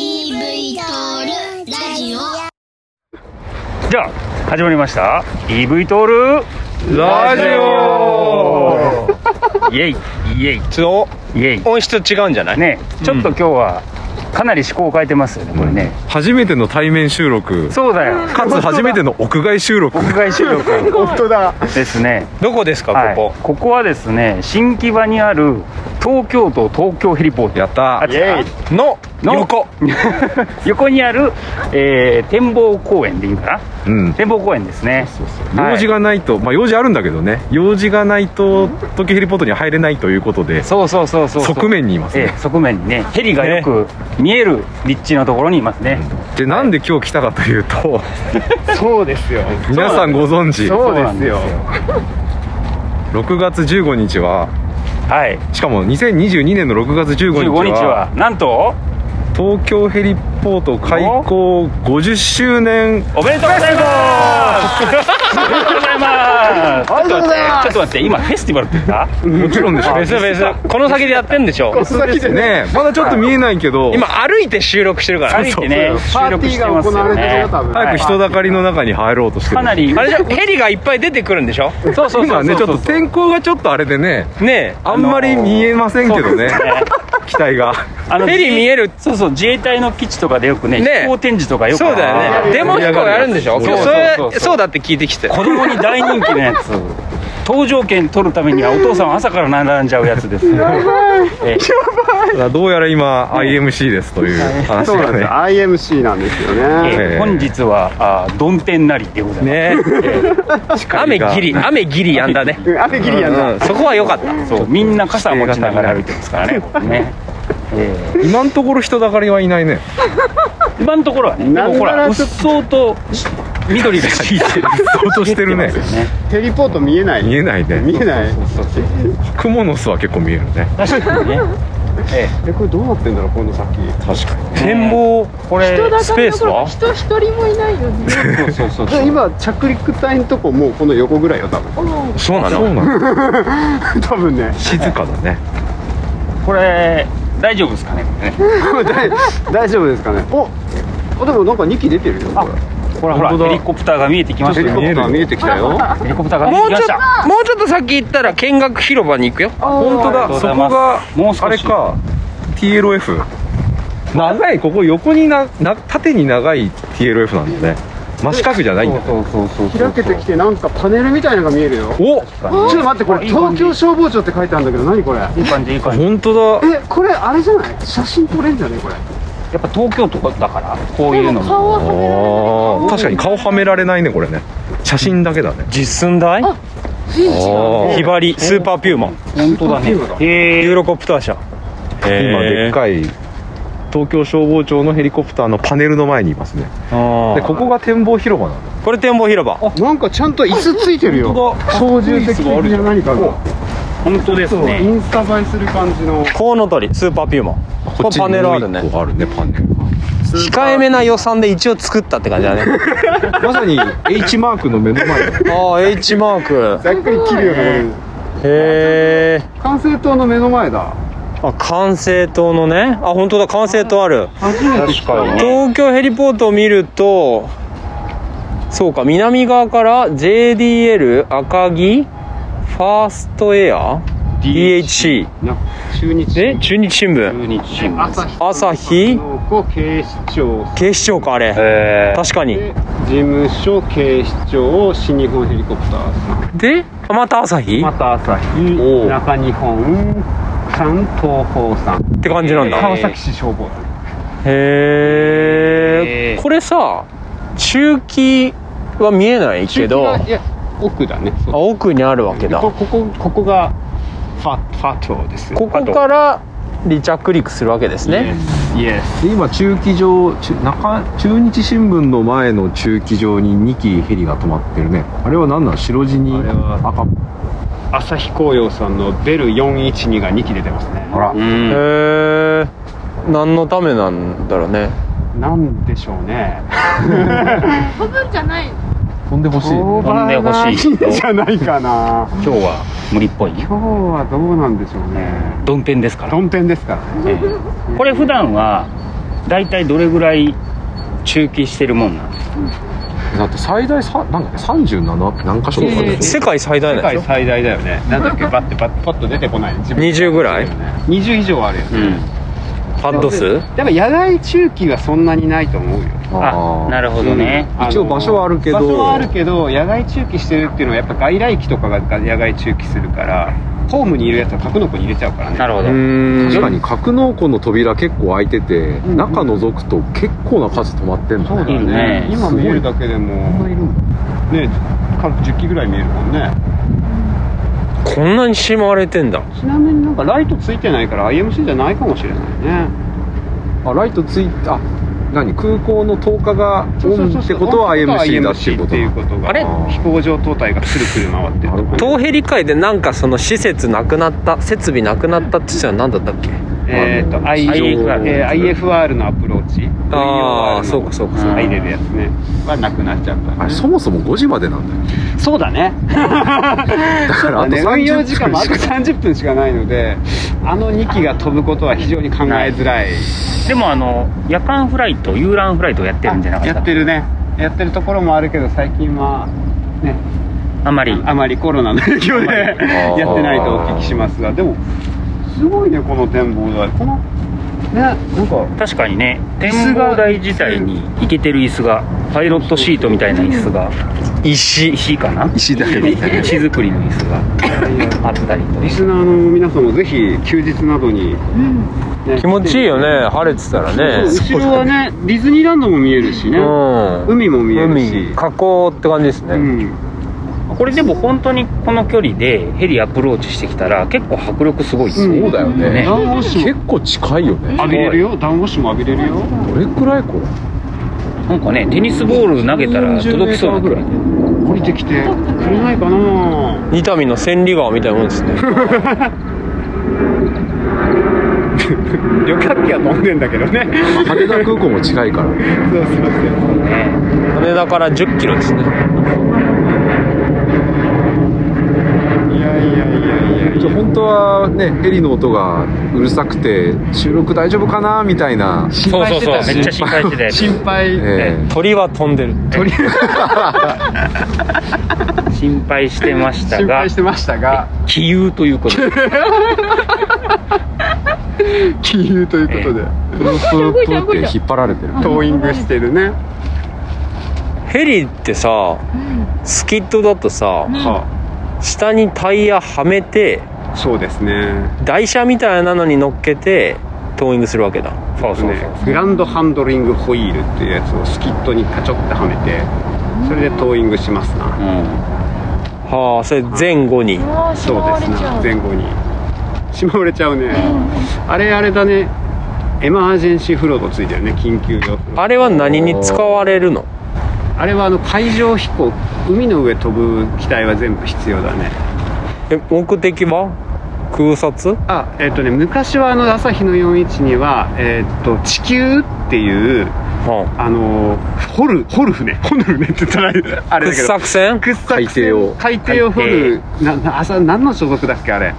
イトールラジオじゃあ始まりました EV トールラジオイエイイエイちょイエイ音質違うんじゃないねちょっと今日はかなり思考を変えてますよねこれね初めての対面収録そうだよかつ初めての屋外収録国外収録 本当だですねどこですかはいこここ、こはですね新木場にある東京都東京ヘリポートやったあー違うのの横 横にある、えー展望公園でいいかうんな展望公園ですねはい用事がないと、まあ用事あるんだけどね用事がないと東京ヘリポートには入れないということでそうそうそうそうそう側面にいますええね、側面にねヘリがよく見える立地のところにいますねでなんで今日来たかというとそうですよ皆さんご存知そうなんですよ6月15日ははいしかも2022年の6月15 15日は日はなんと東京ヘリポート開港50周年おめでとうございますおめでとうございますちょっと待っりがとうございますてちょっと待って今フェスティバルって言ったもちろんです別ね別この先でやってんでしょねまだちょっと見えないけど今歩いて収録してるから歩いてね収録してますよね早く人だかりの中に入ろうとしてるかなりあれじゃヘリがいっぱい出てくるんでしょそうそうそうそ今うねちょっと天候がちょっとあれでねねあんまり見えませんけどねそうですね機体があのヘリ見えるそうそう自衛隊の基地とかでよくねね飛行展示とかえよくそうだよあーねデモ飛行やるんでしょそう今日そそうそうそれうそうだって聞いてきて子供に大人気のやつ搭乗券取るためにはお父さんは朝から並んじゃうやつですねええただどうやら今 IMC ですという話そうながんですよね IMC なんですよえねえええ本日はあ曇天なりでございます ね雨ギリ雨ギリやんだねうんあれギリやんうんなそこは良かったそうみんな傘持ちながら歩いてますからねここね、え今のところ人だかりはいないねえ今のところはねでもほらなんならうっそうと緑がついてる相当してるね出ますよねテリポート見えない見えないね見えないクモの巣は結構見えるね確かにねえこれどうなってんだろうこの先確かに展望これ人だスかペりーどスころはか人一人もいないのに、ね、そうそうそうで今着陸隊のとこもうこの横ぐらいよ多分そうなそうなの 多分ね静かだねこれ大丈夫ですかねこれねこれ大大丈夫ですかねおあでもなんか2機出てるよこほらほら本当だヘリコプターが見えてきまれしヘたよリコねプター見えてきたよヘリコプターが見えもてうきまちょしったともうちょっと先行ったら見学広場に行くよ本当あだりがそとうこござがいますもう少しあれか TLF 長いここ横になな縦に長い TLF なんだね真四角じゃないんだそうそうそうそう開けてきてなんかパネルみたいなのが見えるよちおょっと待ってこれ東京消防庁って書いてあるんだけど何これいい感じいい感じ本当だえこれあれじゃない写真撮れんじゃねこれやっぱ東京都だからこういうの顔ははめあー確かに顔はめられないねこれね写真だけだね実寸大あヒバリスーパーピューマン本当だねへユーロコプター社今でっかい東京消防庁のヘリコプターのパネルの前にいますねあでーここが展望広場なんだこれ展望広場なんかちゃんと椅子ついてるよ操縦席的な何かが本当ですそうイねンスタ映えする感じのコウノトリスーパーピューマンこれパネルあるこっちにもう一ね個あるねパネルが控えめな予算で一応作ったって感じだねまさに H マークの目の前だああ H マークざっくり切るようなものへえ管制塔の目の前だあ管制塔のねあ本当だ管制塔ある初めて来た確かに東京ヘリポートを見るとそうか南側から JDL 赤城ファーストエア DHC な中日で中日新聞中日新聞朝日朝日子警視庁警視庁かあれえ確かにで事務所警視庁新日本ヘリコプターさんであまた朝日まった朝日おう中日本さん東宝さんて感じなんだ川崎市消防団へへーえこれさ中期は見えないけど中あ継がいや奥だねそう奥にあるわけだこここここがファファトですここから離着陸するわけですねイエで今駐機場中中中日新聞の前の駐機場に2機ヘリが止まってるねあれは何なの白地にあれは赤朝日紅葉さんのベル412が2機出てますねあらへえ何のためなんだろうねなんでしょうね飛ぶんじゃない飛んでほしいね飛んでほしい飛んで ほしいんじゃないかな今日は無理っぽい今日はどうなんでしょうねドンペンですからドンペンですからねこれ普段は大体どれぐらい中期してるもんなんですかだって最大さなんだっけ37何箇所とかあるでし世界最大世なんで界し最大だよねなんだっけバッてパッパッと出てこない自ょ20ぐらい20以上あるよねパッド数でも野外中期はそんなにないと思うよょあなるるほどね、あの一応場所はあるけど場所はあるけど野外中期してるっていうのはやっぱ外来機とかが野外中期するからホームにいるやつは格納庫に入れちゃうからねなるほうど、ーん確かに格納庫の扉結構開いてて、ん中覗くと結構な数止まってんだそうだねよいるねね今見えるだけでもね軽く10機ぐらい見えるもんねこんなにしまわれてんだちなみになんかライトついてないから IMC じゃないかもしれないねあライトついあ何空港の10日がそうオそうンそうってそうことは本当 IMC だっていうこ IMC っとていうだことがあれ飛行場灯体がくるくる回ってるなるほ東ヘリ界でなんかその施設なくなった設備なくなったって言ったのは何だったっけえっ、と I- えー IFR のアプローチああ VOR のそうかそうかそうか入れるやつねはなくなっちゃった、ね、あれそもそも5時までなんだよそうだねだからあとね運用時30間分もあしとか30分しかないのであの2機が飛ぶことは非常に考えづらいでもあの夜間フライト遊覧フライトをやってるんじゃなかったやってるねやってるところもあるけど最近はねあんまりあまりコロナの影響でーやってないとお聞きしますがでもすごいねこの展望台このねなんか確かにね椅展子が望台自体に行けてる椅子がパイロットシートみたいな椅子が石石かな石だよね 石造りの椅子があったりとリスナーの皆さんもぜひ休日などに、ね気持ちいいよね晴れてたらねそう後ろはねディズニーランドも見えるしね、うん海も見えるし海河口って感じですね、うんこれでも本当にこの距離でヘリアプローチしてきたら結構迫力すごいですうんねそうだよねダウンウォッシュ結構近いよね浴びれるよダウンウォッシュも浴びれるよどれくらいこれなんかねテニスボール投げたら届きそうな距離降りてきてくれないかな伊丹の千里川みたいなもんですね旅客機は飛んでんだけどね羽田空港も近いから そうそうそうね 羽田から1 0キロですねいやいやいやいやいやじゃあ本当はねヘリの音がうるさくて収録大丈夫かなみたいな心そう配そうしそてうためっちゃ心配してたやつ心配ええ鳥は飛んでる心配してました心が配してまし たが気遊ということで金融ということでプルプルプルって引っ張られてるトーイングしてるねヘリってさスキッドだとさは下にタイヤはめてあそうですね台車みたいなのに乗っけてトーイングするわけだそうそうそうねグランドハンドリングホイールっていうやつをスキットにカチョってはめてそれでトーイングしますうなはあそれ前後にああ、しそうまわでれすちゃなう。前後にしまわれちゃうねあれあれだねエマージェンシーフロードついてるね緊急用あれは何に使われるのあれはあの海上飛行海の上飛ぶ機体は全部必要だねえ目的は空撮あえっ、とね昔はあの朝日の412は、えっと地球っていうはあの掘る掘る船掘る船って言ったらあれだあけど掘削船掘削海底を海底を掘るなな朝何の所属だっけあれ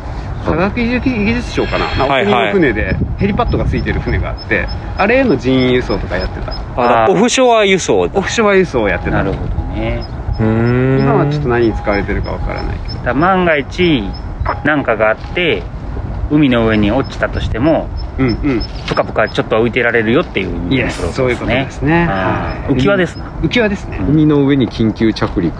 科学技術技術省かな、なはいはいお国の船でヘリパッドがついてる船があってあれへの人員輸送とかやってたあだからあーオフショア輸送だオフショア輸送をやってんたなるほどね今今はちょっと何に使われてるかわからないけどだから万が一何かがあって海の上に落ちたとしてもうんうんぷかぷかちょっとは浮いてられるよっていう意味イのプエロスセスそういうことですねあはーい浮き輪ですな浮き輪ですね海の上に緊急着陸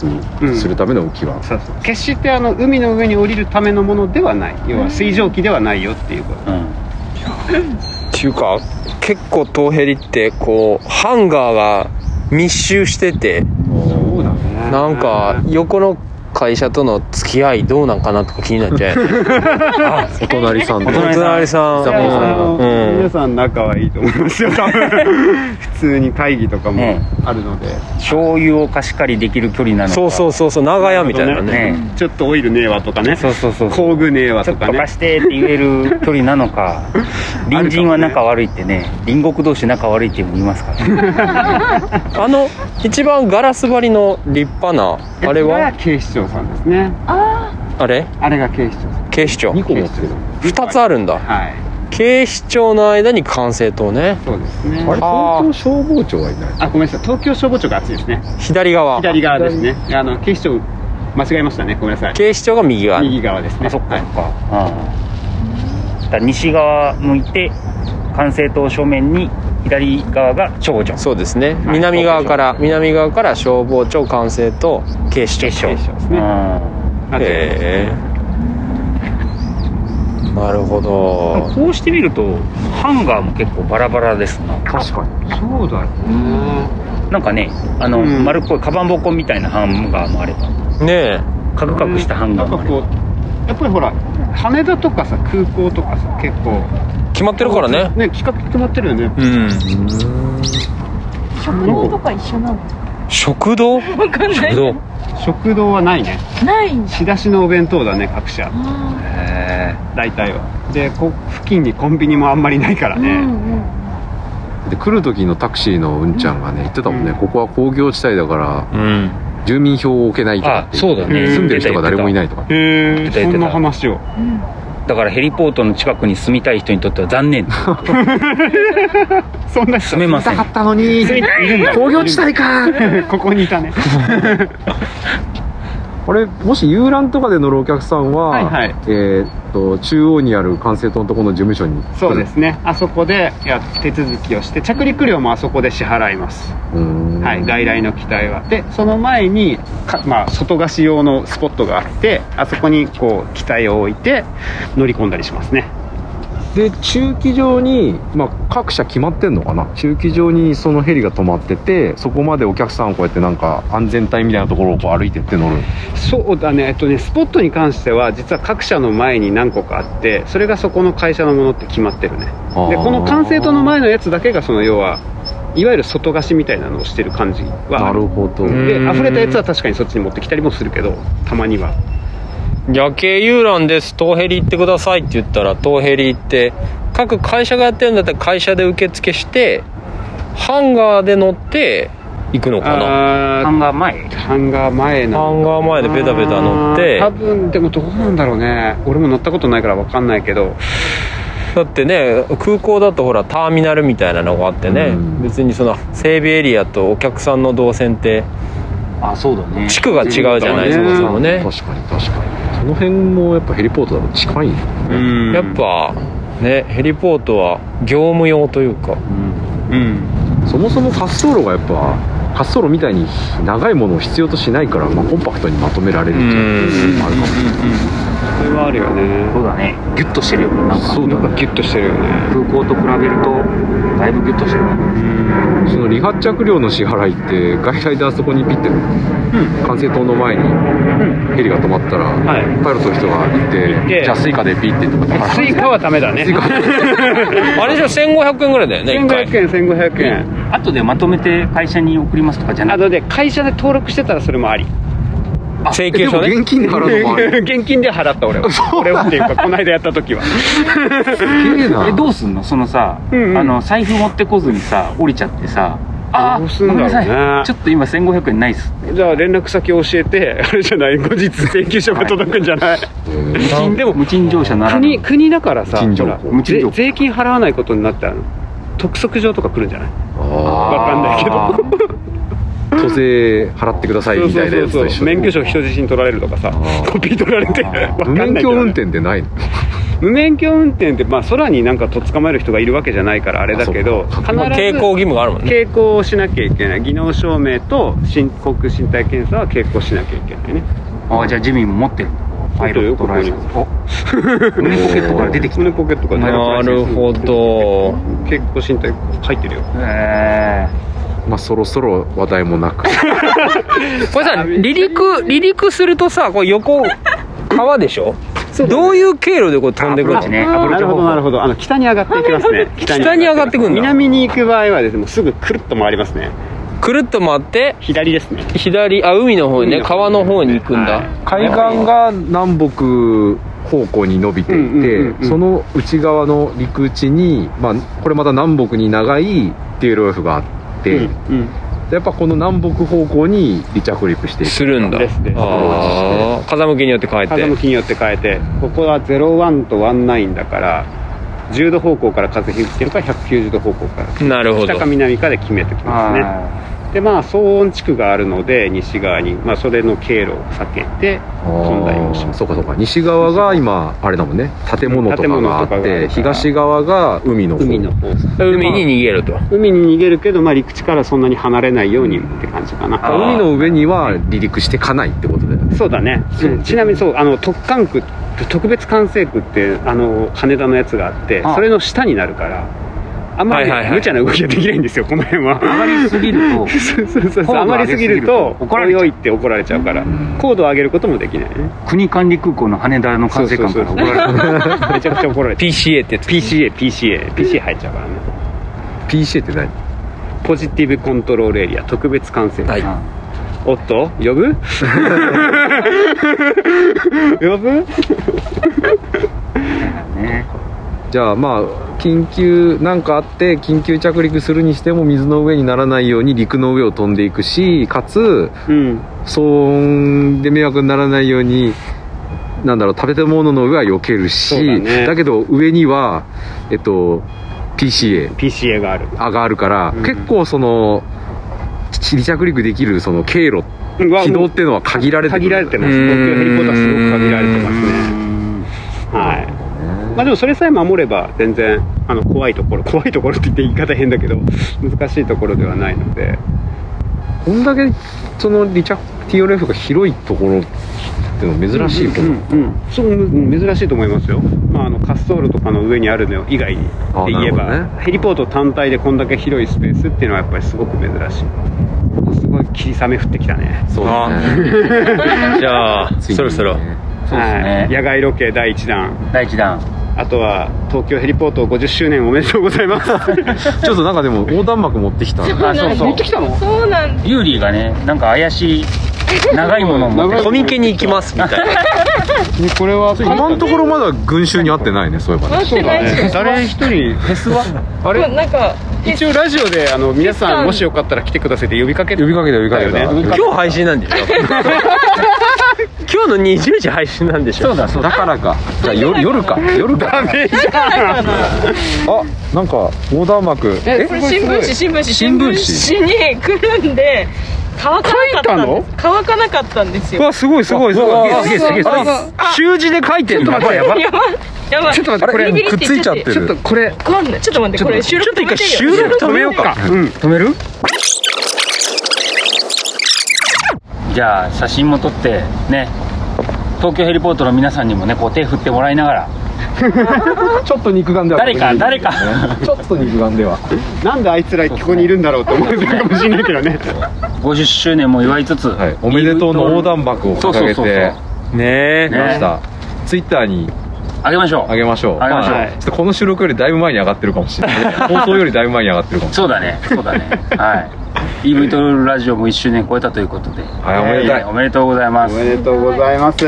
するための浮き輪、そうそう決してあの海の上に降りるためのものではない要は水蒸気ではないよっていうことうんっていうか結構トーヘリってこうハンガーが密集しててそうだねなんか横の会社との付き合いどうなんかなとか気になっちゃうあお隣さんおで隣さんお隣さんあのうん皆さん仲はいいと思いますよ多分 普通に会議とかもねあるので、醤油を貸し借りできる距離なのかそうそうそうそう長屋みたいなねねちょっとオイルねえわとかねそうそうそうそう工具ねえわちょとっかとね貸してって言える距離なの か隣人は仲悪いってね隣国同士仲悪いって言いますからねあの一番ガラス張りの立派なあれこがは警視庁さんですねあれあれが警視庁さん警視庁2個持ってる2つあるんだはい警視庁の間に管制塔ねそうですねあれ東京消防庁はいないあごめんなさい東京消防庁が熱いですね左側左側ですねあの警視庁間違えましたねごめんなさい警視庁が右側右側ですねあそっかはいそっか、うんだから西側向いて管制塔正面に左側が長女そうですね南側から南側から消防庁管制塔警視庁警視庁ですうねんなぜへえなるほどこうしてみるとハンガーも結構バラバラですな確かにそうだよねなんかねあの、うん丸っこいカバンボコみたいなハンガーもあればねえカクカクしたハンガーもあなんれかばこうやっぱりほら羽田とかさ空港とかさ結構決まってるからねね企画決まってるよねうん食堂とか一緒なの食堂わかんない食堂食堂はないねないんだ仕出しのお弁当だね各社あ大体はでこ付近にコンビニもあんまりないからーうんうね、んで来る時のタクシーのうんちゃんがね言ってたもんね、うんここは工業地帯だからうん住民票を置けないとかって言ってあそうだね住んでる人が誰もいないとかへえ出てたそんな話をだからヘリポートの近くに住みたい人にとっては残 念そんな人住めませんあったのにいるんだ工業地帯か ここにいたねこれもし遊覧とかで乗るお客さんは、はいはいえーっと中央にある管制塔のところの事務所にそうですねあそこでや手続きをして着陸料もあそこで支払います、うーんはい、外来の機体はでその前にか、まあ、外貸し用のスポットがあってあそこにこう機体を置いて乗り込んだりしますねで駐機場に、まあ、各社決まってんのかな駐機場にそのヘリが止まっててそこまでお客さんをこうやってなんか安全帯みたいなところをこう歩いてって乗るそうだねえっとねスポットに関しては実は各社の前に何個かあってそれがそこの会社のものって決まってるねでこの管制塔の前のやつだけがその要はいわゆる外貸しみたいなのをしてる感じはあなるるほど、んでうん溢れたやつは確かにそっちに持ってきたりもするけどたまには夜景遊覧です東ヘリ行ってくださいって言ったら東ヘリ行って各会社がやってるんだったら会社で受付してハンガーで乗って行くのかなあハンガー前ーハンガー前ハのンガー前でベタベタ乗あっー多て分でもどうなんだろうね俺も乗ったことないから分かんないけどだってね空港だとほらターミナルみたいなのがあってねうん別にその整備エリアとお客さんの動線ってあそうだね地区が違うじゃないそうんもそもね確かに確かにその辺もやっぱヘリポートだと近いねうんやっぱねヘリポートは業務用というかうんそもそも滑走路がやっぱ滑走路みたいに長いものを必要としないから、まあ、コンパクトにまとめられるっていうのもあるかもしれないそれはあるよねそうだねギュッとしてるよねなんかそうだなんかねギュッとしてるよね空港と比べるとだいぶギュッとしてるその離発着料の支払いって外来であそこにピッて管制塔の前にヘリが止まったら、いパイロットの人が行っててじゃあスイカでピッてとかってスイカはダメだねスイカあれじゃ1500円ぐらいだよね1回1500円1500 円後でまとめて会社に送りますとかじゃなあくてとで会社で登録してたらそれもあり請で求書もね現金で払うのもある 現金で払った 俺は俺はっていうかこの間やった時はすげえな えどうすんのそのさ、うんうんあの財布持ってこずにさ降りちゃってさあどうーすんごだろうめねんなさいちょっと今1500円ないっすじゃあ連絡先教えてあれじゃない後日請求書が届くんじゃない、無賃でも無賃乗車ならぬ国国だからさ陳情ほ報ら無賃乗車ぜ税金払わないことになったら督促状とか来るんじゃないあわかんないけどけどー都税払ってくださいみたいなやつと一緒で免許証人質に取られるとかさあーコピー取られてわか無んないん免じゃ許ない運転でないの無免許運転って、まあ、空になんかとっ捕まえる人がいるわけじゃないからあれだけど必ずまあ傾向義務があるもんね傾向をしなきゃいけない技能証明と申告身体検査は傾向しなきゃいけないねああじゃあジミーも持ってるパイロットライセンスお胸ポケットから出てきた胸ポケットからなるほど傾向身体入ってるよえまあそろそろ話題もなくこれさ離陸離陸するとさこう 横川でしょどういう経路でこう飛んでくるーのあねあーなるほどなるほどあの北に上がっていきますね北に上がってくんだ南に行く場合はですねもうすぐくるっと回りますねくるっと回って左ですね左あ海の方にね海の方川の方に行くんだ、はい海岸が南北方向に伸びてうんいうんうんうてんその内側の陸地に、まあ、これまた南北に長い TLF があって、うんやっぱこの南北方向に離着陸していくするんだですですああ風向きによって変え風て向きによって変えてここは01と19だから10度方向から風吹いてるか190度方向からなるほど北か南かで決めてきますねはでまあ騒音地区があるので西側に、まあ、それの経路を避けて飛んだりもしますそうかそうか西側が今あれだもんね建物とかがあっ建物とかがあるかてら東側が海の方海の方海に逃げると海に逃げるけど、まあ、陸地からそんなに離れないようにって感じかなあ海の上には離陸してかないってことだよねそうだね、うんちなみにそうあの特管区特別管制区ってあの羽田のやつがあってあそれの下になるからあんまりはいはいはい無茶な動きができないんですよこの辺はあまりすぎると そうそうそ高うそう度あまりすぎ上げすぎるとると怒られちゃう泳いって怒られちゃうから高度を上げることもできないね国管理空港の羽田の管制官から怒られるめちゃくちゃ怒られちゃう PCA ってやつ PCAPCAPCA 入っちゃうからね PCA って何ポジティブコントロールエリア特別管制区、はいおっと呼ぶ 呼ぶねじゃあまあ緊急なんかあって緊急着陸するにしても水の上にならないように陸の上を飛んでいくしかつうん騒音で迷惑にならないようになんだろう食べて物の上は避けるしそうだねけど上にはえっと PCA PCA がある上があるから、うん結構そのち離着陸できるその経路うわ軌道っていうのは限られてく限るられてますう僕んヘリポーターすごく限られてますねはいまあでもそれさえ守れば全然あの怖いところ怖いところって言って言い方変だけど難しいところではないのでこんだけその離着 TRF が広いところっていうのは珍しいこと、うんうんそううん珍しいと思いますよ、まあ、あの滑走路とかの上にあるの以外にあで言えば、なるほどヘリポート単体でこんだけ広いスペースっていうのはやっぱりすごく珍しいすごい霧雨降ってきたねそうだねじゃ あついにねそろそろそうですはいね野外ロケ第1弾第一弾あとは東京ヘリポート50周年おめでとうございますちょっとなんかでも横断幕持ってきたあそうそうきたのそうなんユーリーがねなんか怪しい長いものを持ってコミケに行きますみたいなこれ は今のところまだ群衆に会ってないねそういえばねなってないし、誰一人フェスはあれなんか一応ラジオであの皆さんもしよかったら来てくださいって呼びかけて呼びかけた呼びかけただよね今日配信なんでしょ今日の20時配信なんでしょそうだそうだだからかじゃあ夜夜か夜かダメじゃんあなんか横断幕えこれ新聞紙新聞紙新聞紙新聞紙にくるんで乾かなかったんです乾かなかったんですよわすごいすごいすうごわすげえすげえすげえ習字で書いてんのこれやばやばいやばいちょっと待ってこれビリビリくっついちゃってちょっとるこれわかんないちょっと待ってこれ収録止めてよ収録止めようかうん止めるじゃあ写真も撮ってね東京ヘリポートの皆さんにもねこう手振ってもらいながらちょっと肉眼では誰か誰かちょっと肉眼ではなんであいつらここにいるんだろうと思ってるかもしれないけどね50周年も祝いつつ、はいおめでとうの横断幕をそう掲そうげそうそうてねえきましたツイッターにあげましょあうげましょうあげましょうはいちょっとこの収録よりだいぶ前に上がってるかもしれない放送よりだいぶ前に上がってるかもしそうだねそうだねはい EV トロールラジオも1周年超えたということでれないはいおめでたいねおめでとうございますでとうございます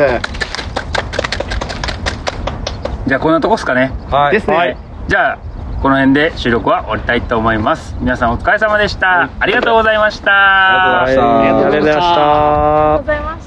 じゃあこんなとこですかねはいですねはいじゃあこの辺で収録は終わりたいと思います皆さんお疲れ様でしたありがとうございましたありがとうございましたありがとうございました